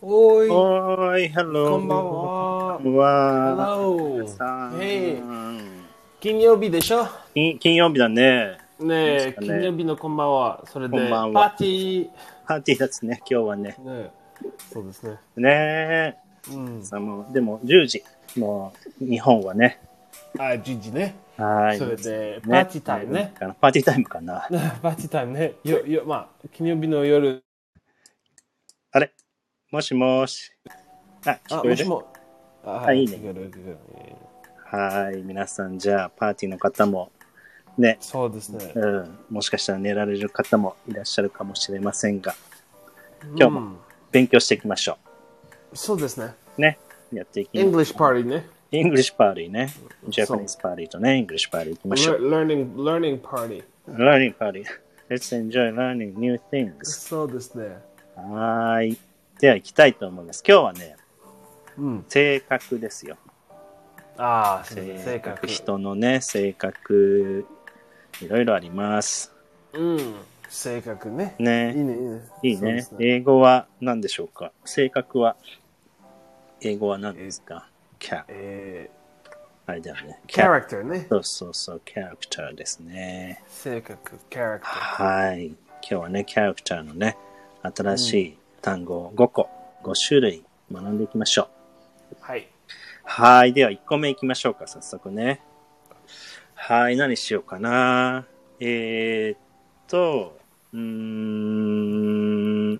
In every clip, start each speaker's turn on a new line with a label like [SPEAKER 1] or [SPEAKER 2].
[SPEAKER 1] おーい、
[SPEAKER 2] おーい、ハロー。
[SPEAKER 1] こんばん。は
[SPEAKER 2] こん。ばんは。
[SPEAKER 1] Hello
[SPEAKER 2] さあ、
[SPEAKER 1] Hey 金曜日でしょ
[SPEAKER 2] 金金曜日だね。
[SPEAKER 1] ねえ、
[SPEAKER 2] ですかね
[SPEAKER 1] 金曜日のこんばんは。それで、
[SPEAKER 2] こんばん
[SPEAKER 1] パ
[SPEAKER 2] は
[SPEAKER 1] ーティ
[SPEAKER 2] パーティーだっすね、今日はね。
[SPEAKER 1] ー。ねえそうですね。
[SPEAKER 2] ね
[SPEAKER 1] うん
[SPEAKER 2] え。。さあもう、でも、10時。もう、日本はね。
[SPEAKER 1] あ、人事ね。
[SPEAKER 2] はーい。
[SPEAKER 1] それで、パーティータイムね。。
[SPEAKER 2] パーティータイムかな。
[SPEAKER 1] パーティータイムね。よ、よ、まあ、金曜日の夜。
[SPEAKER 2] あれもしもし。あ、聞
[SPEAKER 1] あ、
[SPEAKER 2] こ
[SPEAKER 1] も
[SPEAKER 2] える
[SPEAKER 1] しも。あ
[SPEAKER 2] あいいね
[SPEAKER 1] 聞こえる聞こえる
[SPEAKER 2] はーい、皆さん、じゃあ、パーティーの方も、ね、
[SPEAKER 1] そうですね。
[SPEAKER 2] うん、もしかしたら寝られる方もいらっしゃるかもしれませんが、今日も
[SPEAKER 1] うん
[SPEAKER 2] 勉強していきましょ
[SPEAKER 1] そうですね。
[SPEAKER 2] う。ね。やっていきましょう
[SPEAKER 1] English party ね。
[SPEAKER 2] イングリッシュパーティーね。ジャパニーズパーティーとね、イングリッシュパーティー行きましょう。
[SPEAKER 1] Learning, learning party。
[SPEAKER 2] Learning パーティー。Let's enjoy learning new things.
[SPEAKER 1] そうですね。
[SPEAKER 2] はーい。では行きたいと思います。今日はね、
[SPEAKER 1] うん。
[SPEAKER 2] 性格ですよ。
[SPEAKER 1] ああ、そうですね
[SPEAKER 2] 性
[SPEAKER 1] 性格
[SPEAKER 2] 格。。人のね、性格、いろいろあります。
[SPEAKER 1] うん。性格ね。いい
[SPEAKER 2] ね。
[SPEAKER 1] ね、いいね。
[SPEAKER 2] いい
[SPEAKER 1] そうで
[SPEAKER 2] ね
[SPEAKER 1] す。
[SPEAKER 2] 英語は何でしょうか性格は、英語は何ですかキャ、
[SPEAKER 1] え
[SPEAKER 2] あれだよね。
[SPEAKER 1] ー、キャラクターね。
[SPEAKER 2] そうそうそう、キャラクターですね。
[SPEAKER 1] 性格、キャラクター。
[SPEAKER 2] はい。今日はね、キャラクターのね、新しい単語を5個、5種類学んでいきましょう。
[SPEAKER 1] はい。
[SPEAKER 2] はい。では1個目いきましょうか、早速ね。はい。何しようかな。えー、っと、うーん、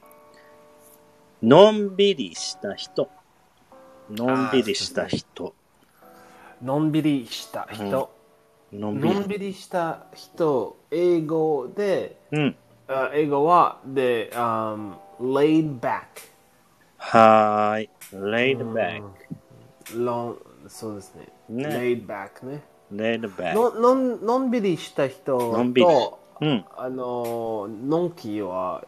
[SPEAKER 2] のんびりした人。のんびりした人。
[SPEAKER 1] のんびりした人。
[SPEAKER 2] のんび
[SPEAKER 1] のん
[SPEAKER 2] り。
[SPEAKER 1] びりした人、英語で、
[SPEAKER 2] うん。
[SPEAKER 1] あ英語は、で、um, laid back。
[SPEAKER 2] はーい。laid back.
[SPEAKER 1] ロン、そうですね。
[SPEAKER 2] ね
[SPEAKER 1] laid back ね。
[SPEAKER 2] laid back.
[SPEAKER 1] ののんのんびりした人
[SPEAKER 2] のんびり
[SPEAKER 1] と、
[SPEAKER 2] うん。
[SPEAKER 1] あの、のんきは、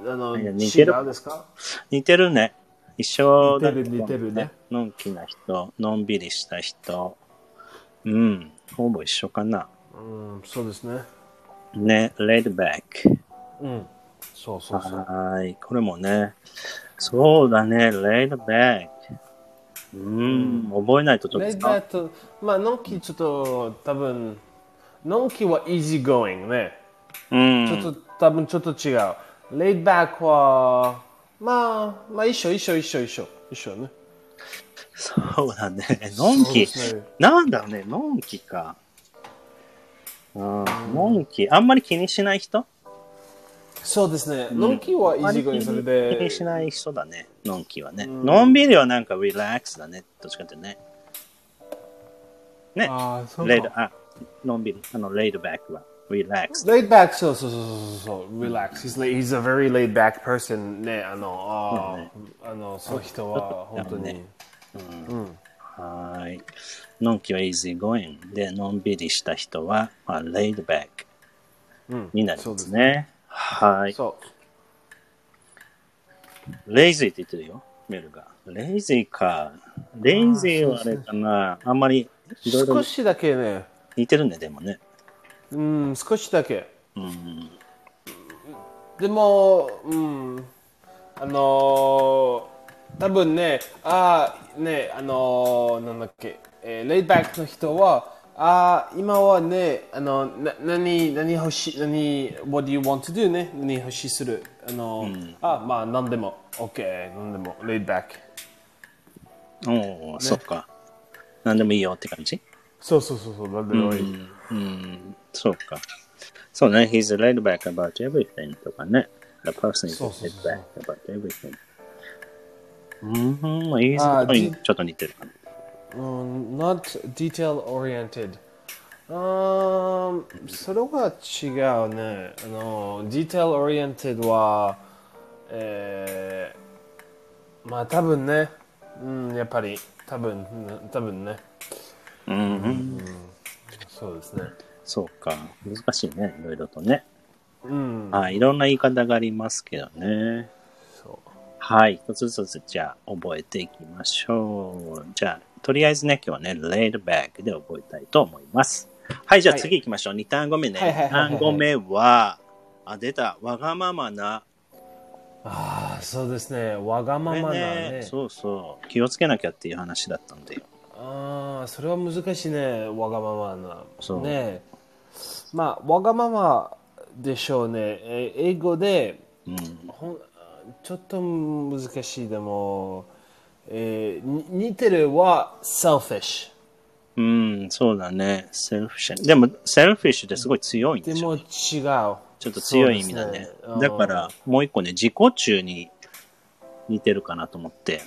[SPEAKER 1] あの、
[SPEAKER 2] いや
[SPEAKER 1] 違う
[SPEAKER 2] 似てる
[SPEAKER 1] ですか
[SPEAKER 2] 似てるね。一緒だ
[SPEAKER 1] 似てる似てるね。
[SPEAKER 2] のんきな人、のんびりした人。うん。ほぼ一緒かな。
[SPEAKER 1] うん、そうですね。
[SPEAKER 2] ね、レッドバック。
[SPEAKER 1] うん。そうそうそう。
[SPEAKER 2] はーい。これもね。そうだね、レッドバック。うん、覚えないとちょ
[SPEAKER 1] レ
[SPEAKER 2] っ
[SPEAKER 1] ッ
[SPEAKER 2] と
[SPEAKER 1] ダーと、まあ、のんきちょっと多分、のんきは easygoing ね。
[SPEAKER 2] うん。
[SPEAKER 1] ちょっと多分ちょっと違う。レイバックは、まあ、まあ一緒一緒一緒一緒。一緒ね。
[SPEAKER 2] そうだね。のんき
[SPEAKER 1] そうですね。
[SPEAKER 2] なんだろうね、のんきか。うん、のんき。あんまり気にしない人
[SPEAKER 1] そうですね。のんきは
[SPEAKER 2] あまり
[SPEAKER 1] easygoing それ
[SPEAKER 2] 気
[SPEAKER 1] で
[SPEAKER 2] に、しない人だね、のんきはね。のんびりはなんかリラックスだね、どっちかっていうとね。ね、
[SPEAKER 1] ああ、そう
[SPEAKER 2] レイド
[SPEAKER 1] か。、
[SPEAKER 2] あ、のんびり、あの、レイドバックは、リラックス。
[SPEAKER 1] laid back そうそうそうそうそう relax he's la- he's a very laid back person ねあのあ,、
[SPEAKER 2] ね
[SPEAKER 1] あのその人は本当に、
[SPEAKER 2] ねはーい。のんきは easy going で、のんびりした人は、まあ、レイドバック
[SPEAKER 1] うん
[SPEAKER 2] になり
[SPEAKER 1] そうで
[SPEAKER 2] ま
[SPEAKER 1] すす
[SPEAKER 2] ね。はい。
[SPEAKER 1] そう
[SPEAKER 2] レイジーって言ってるよ、メルが。レイジーか。レイジーはあれかな、あんまり、いろいろ
[SPEAKER 1] 少しだけね、
[SPEAKER 2] 似てるね、でもね。
[SPEAKER 1] うん、少しだけ。
[SPEAKER 2] うん。
[SPEAKER 1] でも、うん、あのー、多分ね、あーね、あのー、なんだっけ、えーレイバックの人は、あー今はね、あの、な、何、何欲しい、何、what do you want to do ね、何欲しいする、あのー、あ、まあ、何でも、OK、何でも、レイバック。
[SPEAKER 2] おお、そっか。なんでもいいよって感じ
[SPEAKER 1] そうそうそう、そう何でもいい。
[SPEAKER 2] うん、そうか。そうね、he's laid back about everything とかね。The person is
[SPEAKER 1] そうそう
[SPEAKER 2] laid
[SPEAKER 1] そう
[SPEAKER 2] back about everything. うん、まあ、he's
[SPEAKER 1] あじ
[SPEAKER 2] ちょっと似てるかな。
[SPEAKER 1] うん、not detail oriented。うーん、それは違うね。あの、detail oriented は、えー、まあ多分ね、うん、やっぱり、多分、うん多分ね、
[SPEAKER 2] うん、
[SPEAKER 1] そうですね。
[SPEAKER 2] そうか。難しいね、いろいろとね。
[SPEAKER 1] うん、
[SPEAKER 2] はい、いろんな言い方がありますけどね。
[SPEAKER 1] そ
[SPEAKER 2] はい、一つずつじゃあ覚えていきましょう。じゃあ、とりあえずね、今日はね、laid back で覚えたいと思います。はい、じゃあ
[SPEAKER 1] はい
[SPEAKER 2] 次行きましょう。2単語目ね。
[SPEAKER 1] はいはいはいはい
[SPEAKER 2] 2単語目は、あ、出た。わがままな
[SPEAKER 1] ああ、そうですね。わがままなね。
[SPEAKER 2] そうそう。気をつけなきゃっていう話だったんだよ。
[SPEAKER 1] ああ、それは難しいね。わがままな。
[SPEAKER 2] そう
[SPEAKER 1] ねまあ、わがままでしょうね。え英語で、
[SPEAKER 2] うん。
[SPEAKER 1] ほんちょっと難しいでも、えーに似てるは selfish。
[SPEAKER 2] うん、そうだね。セルフィッシュ。でも、セルフィッシュってすごい強いん
[SPEAKER 1] で
[SPEAKER 2] でしょ
[SPEAKER 1] も違う。ちょ
[SPEAKER 2] ちょっと強い意味だね。だから、もう一個ね、自己中に似てるかなと思って。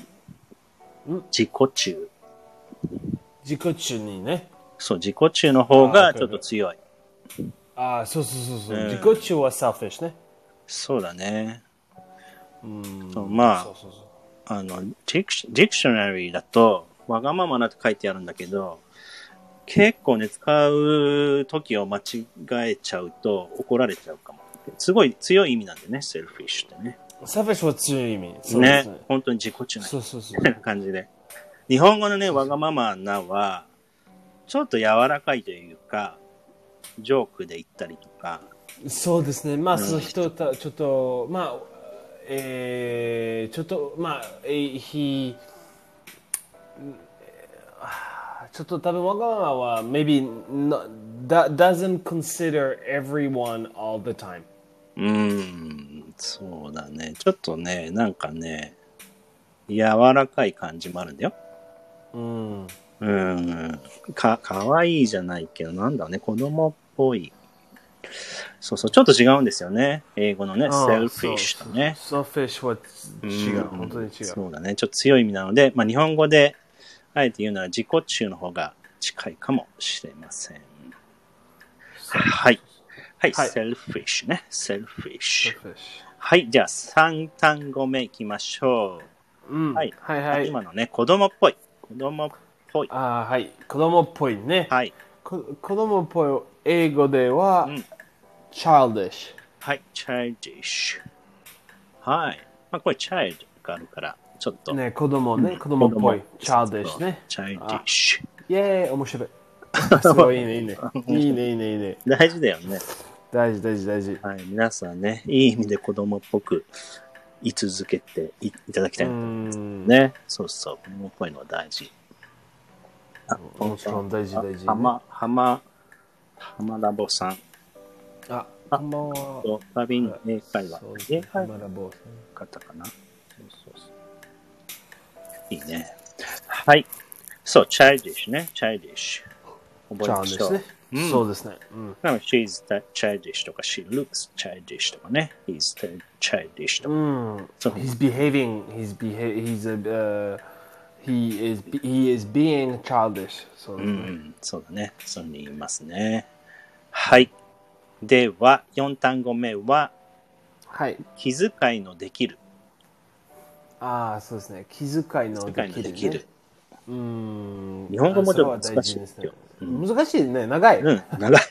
[SPEAKER 1] ん
[SPEAKER 2] 自己中。
[SPEAKER 1] 自己中にね。
[SPEAKER 2] そう、自己中の方
[SPEAKER 1] あ
[SPEAKER 2] が
[SPEAKER 1] ー
[SPEAKER 2] ちょっと強い。
[SPEAKER 1] ああ、そうそうそうそう。
[SPEAKER 2] うん
[SPEAKER 1] 自己中は selfish ね。
[SPEAKER 2] そうだね。
[SPEAKER 1] うん。
[SPEAKER 2] そうまあ
[SPEAKER 1] そうそうそう。
[SPEAKER 2] あの、ディクシディクショナリーだと、わがままなって書いてあるんだけど、結構ね、使う時を間違えちゃうと怒られちゃうかも。すごい強い意味なんでね、セルフィッシュってね。
[SPEAKER 1] selfish は強い意味。そうで
[SPEAKER 2] ね
[SPEAKER 1] すね。
[SPEAKER 2] 本当に自己中な
[SPEAKER 1] そうそうそう。
[SPEAKER 2] 感じで。日本語のね、わがままなは、ちょっと柔らかいというか、ジョークで言ったりとか、
[SPEAKER 1] そうですね、まあ、その人たちょっと、まあ、えー、ちょっと、まあ、えー、ひ、あーちょっと多分わがままは、maybe not, that doesn't consider everyone all the time。
[SPEAKER 2] うーん、そうだね。ちょっとね、なんかね、柔らかい感じもあるんだよ。
[SPEAKER 1] うん。
[SPEAKER 2] うーん、か、かわいいじゃないけど、なんだろうね、子供っぽい。そうそう、ちょっと違うんですよね。英語のね、セルフィッシュとね。
[SPEAKER 1] そうそう selfish は違う、本当に違う。
[SPEAKER 2] そうだね。ちょっと強い意味なので、まあ、日本語で、あえて言うなら自己中の方が近いかもしれません。はい。はい、
[SPEAKER 1] はい
[SPEAKER 2] セルフィッシュね。セルフィッシュ。
[SPEAKER 1] selfish。
[SPEAKER 2] はい、じゃあ3単語目いきましょ
[SPEAKER 1] うん、
[SPEAKER 2] う。はい、
[SPEAKER 1] はい、はい。
[SPEAKER 2] 今のね、子供っぽい。子供っぽい。
[SPEAKER 1] あーはい、子供っぽいね。
[SPEAKER 2] はい、
[SPEAKER 1] こ子供っぽい英語では、
[SPEAKER 2] うん
[SPEAKER 1] childish。
[SPEAKER 2] はい、childish。はい。まあ、これ child があるから、ちょっと。
[SPEAKER 1] ね、子供ね、子供っぽい。チャーディッシュね。あ。
[SPEAKER 2] childish。
[SPEAKER 1] イェーイ、面白 い。すご い、いいね、いいね。いいね、いいね、いいね。
[SPEAKER 2] 大事だよね。
[SPEAKER 1] 大事、大事、大事。
[SPEAKER 2] はい、皆さんね、いい意味で子供っぽく居続けていいただきた
[SPEAKER 1] う
[SPEAKER 2] い
[SPEAKER 1] ー
[SPEAKER 2] ね。
[SPEAKER 1] ん。
[SPEAKER 2] そうそう、子供っぽいのは大事。あ、
[SPEAKER 1] もちろん大事、大事。
[SPEAKER 2] はま、はま、はまラボさん
[SPEAKER 1] あ、こんばんは。
[SPEAKER 2] と、旅の英会話
[SPEAKER 1] そう。
[SPEAKER 2] 英
[SPEAKER 1] ですね、
[SPEAKER 2] 会話
[SPEAKER 1] ま
[SPEAKER 2] の
[SPEAKER 1] だ坊主
[SPEAKER 2] 方かな。そうそうそう。いいね。はい。そう、チャイディッシュね。チャイディッシュ。
[SPEAKER 1] チ
[SPEAKER 2] 覚え
[SPEAKER 1] ャ
[SPEAKER 2] ま
[SPEAKER 1] ー
[SPEAKER 2] し
[SPEAKER 1] デ
[SPEAKER 2] ょ
[SPEAKER 1] ィ
[SPEAKER 2] う
[SPEAKER 1] ッシ。ュね。そうですね。うん。
[SPEAKER 2] なので、she's childish とか、she looks childish とかね。he's childish とか。
[SPEAKER 1] うん。
[SPEAKER 2] そう
[SPEAKER 1] He's behaving, he's beha he's a, uh, he is, he is being childish. そうですね。
[SPEAKER 2] うん、そうだね。そういうふうに言いますね。はい。では、4単語目は、
[SPEAKER 1] はい。
[SPEAKER 2] 気遣いのできる。
[SPEAKER 1] ああ、そうですね。気遣いの
[SPEAKER 2] 気
[SPEAKER 1] で
[SPEAKER 2] 遣い
[SPEAKER 1] き
[SPEAKER 2] の
[SPEAKER 1] る
[SPEAKER 2] で
[SPEAKER 1] ね。
[SPEAKER 2] きる。
[SPEAKER 1] うーん
[SPEAKER 2] 日本語もちょっと
[SPEAKER 1] あそれは
[SPEAKER 2] 難
[SPEAKER 1] 大
[SPEAKER 2] しい
[SPEAKER 1] 事
[SPEAKER 2] で
[SPEAKER 1] ですす
[SPEAKER 2] よ
[SPEAKER 1] ね。難しいね。長い。
[SPEAKER 2] うん、長い。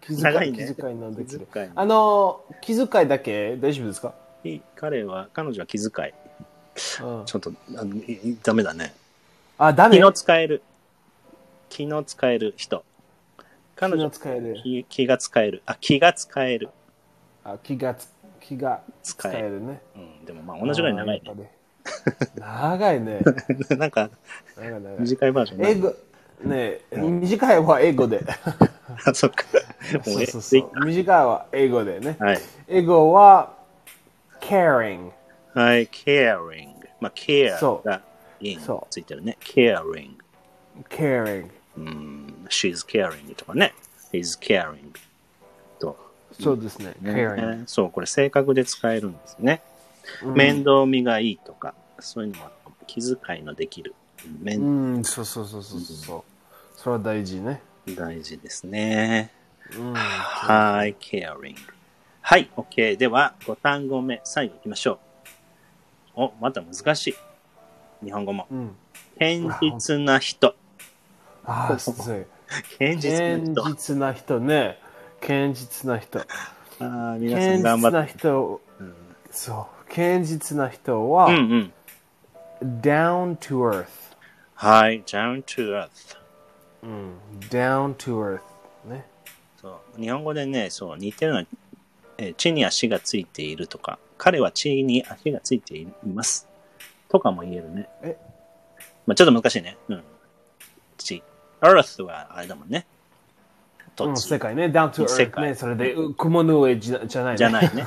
[SPEAKER 1] 気
[SPEAKER 2] 長
[SPEAKER 1] 遣
[SPEAKER 2] い
[SPEAKER 1] い、
[SPEAKER 2] ね
[SPEAKER 1] 気。遣いなんできる
[SPEAKER 2] 気遣い。
[SPEAKER 1] あのー、気遣いだけ大丈夫ですか
[SPEAKER 2] いい彼は、彼女は気遣い。
[SPEAKER 1] うん
[SPEAKER 2] ちょっと、あのいいダメだね。
[SPEAKER 1] あ、ダ
[SPEAKER 2] 気
[SPEAKER 1] メ
[SPEAKER 2] の使える。気の使える人。彼女
[SPEAKER 1] 気の使える
[SPEAKER 2] 気気が使える。あ、気が使える。
[SPEAKER 1] あ気がつ、気が
[SPEAKER 2] 使
[SPEAKER 1] 使
[SPEAKER 2] え
[SPEAKER 1] えるね。
[SPEAKER 2] うん、でもまあ同じぐらい長い
[SPEAKER 1] あー。やっぱり長いね。
[SPEAKER 2] ね。 なんか、
[SPEAKER 1] 長い長い。
[SPEAKER 2] 短いバージョンない
[SPEAKER 1] 英語、ねえ短いは英語で。
[SPEAKER 2] あ、 そっか。も
[SPEAKER 1] そううそうそう。短いは英語でね。
[SPEAKER 2] はい。
[SPEAKER 1] 英語は、caring。
[SPEAKER 2] はい、caring。まあ、care
[SPEAKER 1] そう
[SPEAKER 2] が in
[SPEAKER 1] そう
[SPEAKER 2] ついてるね。caring。
[SPEAKER 1] caring。
[SPEAKER 2] うん、she's caring とかね。is caring と。
[SPEAKER 1] そうですね。caring。
[SPEAKER 2] ねそう、これ性格で使えるんですね。面倒見がいいとか、そういうのもあるかも気遣いのできる。
[SPEAKER 1] う
[SPEAKER 2] 面
[SPEAKER 1] ん、そうそうそうそうそう。それは大事ね。
[SPEAKER 2] 大事ですね。
[SPEAKER 1] うん。
[SPEAKER 2] はい、caring。はい、OK。では、5単語目、最後いきましょう。お、また難しい。日本語も。
[SPEAKER 1] うん。
[SPEAKER 2] 堅実な人。
[SPEAKER 1] ああ、すごい。
[SPEAKER 2] 堅実な
[SPEAKER 1] 堅
[SPEAKER 2] 人。
[SPEAKER 1] 実な人ね。堅実な人。
[SPEAKER 2] あー皆さ
[SPEAKER 1] 堅
[SPEAKER 2] ん頑
[SPEAKER 1] 実
[SPEAKER 2] 張って
[SPEAKER 1] な。人、
[SPEAKER 2] ん
[SPEAKER 1] そう。堅実な人
[SPEAKER 2] う
[SPEAKER 1] は、
[SPEAKER 2] んうん。
[SPEAKER 1] down to earth。
[SPEAKER 2] はい、down to earth。
[SPEAKER 1] うん。down to earth。ね。
[SPEAKER 2] そう日本語でね、そう似てるのは、えー地に足がついているとか彼は地位に足がついています。とかも言えるね。
[SPEAKER 1] え
[SPEAKER 2] まあちょっと難しいね。うん。地。earth はあれだもんね。
[SPEAKER 1] う
[SPEAKER 2] 土
[SPEAKER 1] ん、
[SPEAKER 2] 地
[SPEAKER 1] 世界ね、ダウントゥ
[SPEAKER 2] 世
[SPEAKER 1] ー
[SPEAKER 2] 界
[SPEAKER 1] ね、それで、う雲の上じゃじゃない、ね、
[SPEAKER 2] じゃな いね。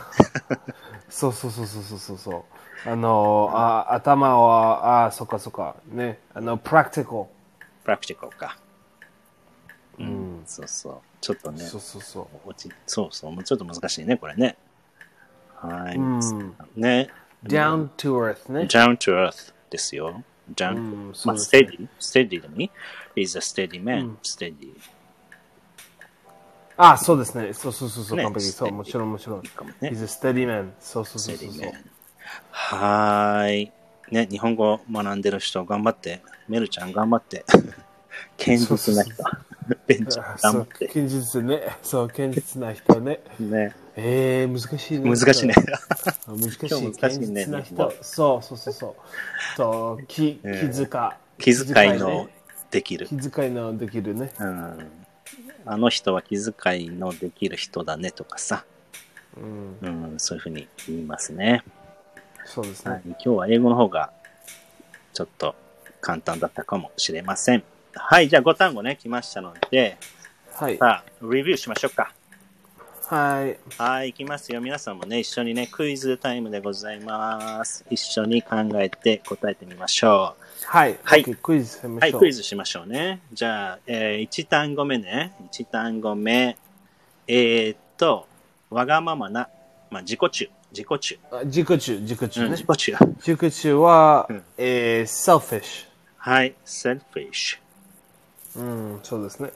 [SPEAKER 1] そうそうそうそうそうそうそう。あのー、あ頭は、あそっかそっか。ね。あの、プラクティコ
[SPEAKER 2] practical か。う
[SPEAKER 1] ル。
[SPEAKER 2] ん。そうそう。ちょっと
[SPEAKER 1] うん。
[SPEAKER 2] ね。
[SPEAKER 1] そうそうそ
[SPEAKER 2] 落ちそうそう。もうちょっと難しいね、これね。はい。
[SPEAKER 1] う。うん。
[SPEAKER 2] ね。
[SPEAKER 1] down to earth ね。
[SPEAKER 2] down to earth ですよ。
[SPEAKER 1] う
[SPEAKER 2] down to
[SPEAKER 1] ん、
[SPEAKER 2] ま
[SPEAKER 1] そ
[SPEAKER 2] あ、
[SPEAKER 1] うですね
[SPEAKER 2] steady, steady でもいい is a steady man,、steady
[SPEAKER 1] あ、そうですね。そうそうそうそう、
[SPEAKER 2] ね
[SPEAKER 1] 完璧。そう、
[SPEAKER 2] steady
[SPEAKER 1] もちろんもちろん。
[SPEAKER 2] かも
[SPEAKER 1] He's
[SPEAKER 2] ね。
[SPEAKER 1] a steady man. そうそうそうそう
[SPEAKER 2] steady
[SPEAKER 1] そう
[SPEAKER 2] man。。はーい。ね、日本語学んでる人頑張って。メルちゃん頑張って。 堅実な人。 ベンちゃん
[SPEAKER 1] あ
[SPEAKER 2] 頑
[SPEAKER 1] そ
[SPEAKER 2] 張
[SPEAKER 1] う
[SPEAKER 2] っ、て。
[SPEAKER 1] 堅実ね。そう、堅実な人ね。
[SPEAKER 2] ね、
[SPEAKER 1] えー、難しいね。
[SPEAKER 2] 難 しいね。
[SPEAKER 1] あ。難しい。
[SPEAKER 2] 今日難しいね
[SPEAKER 1] 堅実な
[SPEAKER 2] 日本
[SPEAKER 1] 人。そうそうそうそう。そう、気、気
[SPEAKER 2] え
[SPEAKER 1] 遣い。
[SPEAKER 2] 気遣い
[SPEAKER 1] 気ね
[SPEAKER 2] のできる。
[SPEAKER 1] 気遣いのできるね。
[SPEAKER 2] うん。あの人は気遣いのできる人だねとかさ。
[SPEAKER 1] うん、
[SPEAKER 2] うん、そういうふうに言いますね。
[SPEAKER 1] そうですね。
[SPEAKER 2] はい、今日は英語の方がちょっと簡単だったかもしれません。はい、じゃあ5単語ね、来ましたので、
[SPEAKER 1] はい。
[SPEAKER 2] さあ、レビューしましょうか。
[SPEAKER 1] はい。
[SPEAKER 2] はい、行きますよ。皆さんもね、一緒にね、クイズタイムでございます。一緒に考えて答えてみましょ
[SPEAKER 1] はい。
[SPEAKER 2] はい
[SPEAKER 1] OK クイズ攻
[SPEAKER 2] う。
[SPEAKER 1] め
[SPEAKER 2] は
[SPEAKER 1] ま
[SPEAKER 2] い、
[SPEAKER 1] しょう。
[SPEAKER 2] クイズしましょうね。じゃあ、え1単語目ね。1単語目。えーっと、わがままな、まあ、自己中。自己中。
[SPEAKER 1] あ自己中、自己
[SPEAKER 2] う
[SPEAKER 1] 中
[SPEAKER 2] ん、
[SPEAKER 1] ね。
[SPEAKER 2] 自己中。
[SPEAKER 1] 自己中は、
[SPEAKER 2] うん
[SPEAKER 1] えー、selfish。
[SPEAKER 2] はい、selfish。
[SPEAKER 1] うん、そうですね。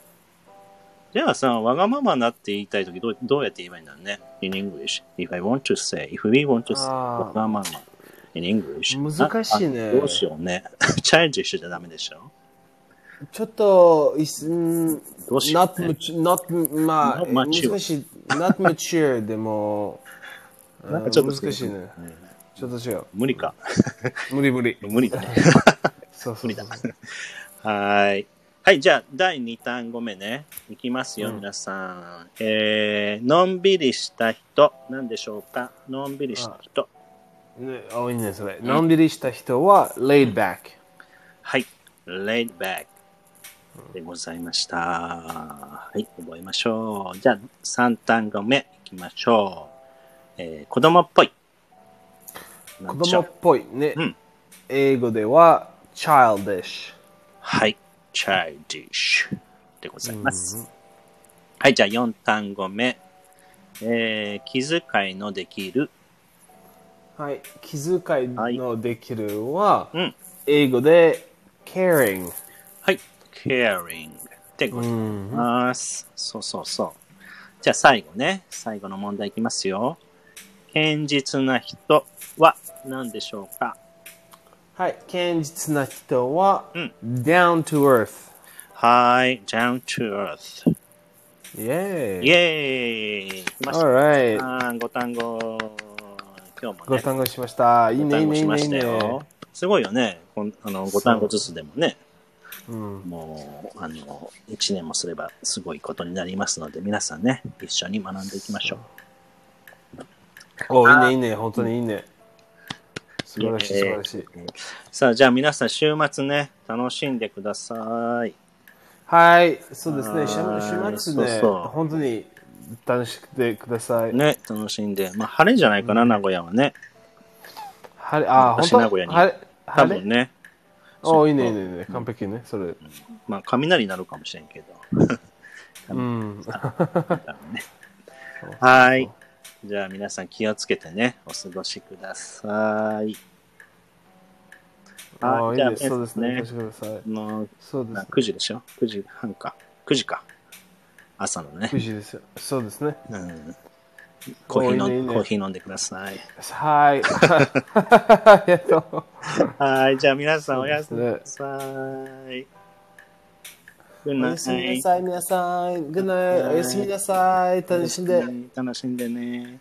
[SPEAKER 2] じゃあさ、わがままなって言いたいときどうどうやって言えばいいんだろうね。in English. If I want to say, if we want to say,
[SPEAKER 1] あー
[SPEAKER 2] わがまま。in English.
[SPEAKER 1] 難しいね
[SPEAKER 2] なあどうしようね。 チャレンジしちゃダメでしょ。
[SPEAKER 1] ちょっと、いす、ん
[SPEAKER 2] どうしよ
[SPEAKER 1] not
[SPEAKER 2] うね、
[SPEAKER 1] mature, not, まあ、
[SPEAKER 2] Not mature
[SPEAKER 1] 難しい。not mature でも、うん
[SPEAKER 2] なんかちょっと
[SPEAKER 1] 難しいね。ちょっと違う。
[SPEAKER 2] 無理か。
[SPEAKER 1] 無理無理。
[SPEAKER 2] 無理だね。
[SPEAKER 1] そう そうそう。
[SPEAKER 2] はーい。はい、じゃあ、第2単語目ね。いきますよ、
[SPEAKER 1] うん
[SPEAKER 2] 皆さん。えー、のんびりした人。なんでしょうかのんびりした人。
[SPEAKER 1] ね、多いね、それ。のんびりした人は、laid back。
[SPEAKER 2] はい。laid back でございました。はい。覚えましょう。じゃあ、3単語目いきましょう。えー、子供っぽい。なん
[SPEAKER 1] 子
[SPEAKER 2] でしょ
[SPEAKER 1] 供
[SPEAKER 2] う
[SPEAKER 1] っぽいね。
[SPEAKER 2] うん
[SPEAKER 1] 英語では、childish。
[SPEAKER 2] はい。childish でございます。はい。じゃあ、4単語目。えー、気遣いのできる。
[SPEAKER 1] はい、気遣いのできるは、
[SPEAKER 2] うん。
[SPEAKER 1] 英語で caring。
[SPEAKER 2] はい。caring でございます。そうそうそう。じゃあ最後ね。最後の問題いきますよ。堅実な人は何でしょうか
[SPEAKER 1] はい、堅実な人は、
[SPEAKER 2] うん
[SPEAKER 1] down to earth。
[SPEAKER 2] はい。down to earth。
[SPEAKER 1] イェー
[SPEAKER 2] イ
[SPEAKER 1] イ。
[SPEAKER 2] ェーイ来ました
[SPEAKER 1] Alright。
[SPEAKER 2] あーご単語。今日も
[SPEAKER 1] ご
[SPEAKER 2] ね、
[SPEAKER 1] 単語しました。いい
[SPEAKER 2] ご
[SPEAKER 1] ね、いい
[SPEAKER 2] 単語
[SPEAKER 1] ね、い
[SPEAKER 2] し
[SPEAKER 1] い
[SPEAKER 2] ま
[SPEAKER 1] ね、いい
[SPEAKER 2] した
[SPEAKER 1] ね。
[SPEAKER 2] よ。すごいよね。こんあの、ご単語ずつでもね。
[SPEAKER 1] うん、
[SPEAKER 2] もう、あの、1年もすればすごいことになりますので、皆さんね、一緒に学んでいきましょう。
[SPEAKER 1] お、いいね、いいね、本当にいいね。素晴らしい、素
[SPEAKER 2] えー
[SPEAKER 1] 晴らしい。
[SPEAKER 2] さあ、じゃあ皆さん週末ね、楽しんでください。
[SPEAKER 1] はい、そうですね、
[SPEAKER 2] あー
[SPEAKER 1] 週週末
[SPEAKER 2] そう
[SPEAKER 1] ね、
[SPEAKER 2] そう
[SPEAKER 1] 本当に楽しくてください。
[SPEAKER 2] ね、楽しんで。まあ、晴れじゃないかな、名古屋はね。
[SPEAKER 1] 晴れ、あー、本
[SPEAKER 2] 私
[SPEAKER 1] 当
[SPEAKER 2] 名古屋に
[SPEAKER 1] 晴れ、
[SPEAKER 2] 多
[SPEAKER 1] 晴れ
[SPEAKER 2] 分ね。
[SPEAKER 1] お、いいね、いいね、いいね完璧ね、それ。
[SPEAKER 2] まあ、雷になるかもしれんけど。
[SPEAKER 1] うん。
[SPEAKER 2] はい。じゃあ皆さん気をつけてね、お過ごしください。
[SPEAKER 1] ああ、い
[SPEAKER 2] じ
[SPEAKER 1] い
[SPEAKER 2] ゃ
[SPEAKER 1] ね。そうですね。
[SPEAKER 2] 皆
[SPEAKER 1] お貸して
[SPEAKER 2] さ
[SPEAKER 1] ください。
[SPEAKER 2] んねもう
[SPEAKER 1] そうです
[SPEAKER 2] な
[SPEAKER 1] ね。
[SPEAKER 2] 9時でしょ ?9 時半か。9時か。朝のね
[SPEAKER 1] 9。時ですよ。そうですね。
[SPEAKER 2] うん。コーヒー
[SPEAKER 1] おーいいねいい
[SPEAKER 2] 飲ん
[SPEAKER 1] ね
[SPEAKER 2] コーヒー飲んでください。
[SPEAKER 1] はい。ありがと
[SPEAKER 2] はい、じゃあ皆さんおやすみ
[SPEAKER 1] そう
[SPEAKER 2] な
[SPEAKER 1] で
[SPEAKER 2] さい。
[SPEAKER 1] う。お
[SPEAKER 2] Good
[SPEAKER 1] や
[SPEAKER 2] night.
[SPEAKER 1] すみなさい、皆さん。Good night. おやすみなさい。楽しんで。
[SPEAKER 2] 楽しんでね。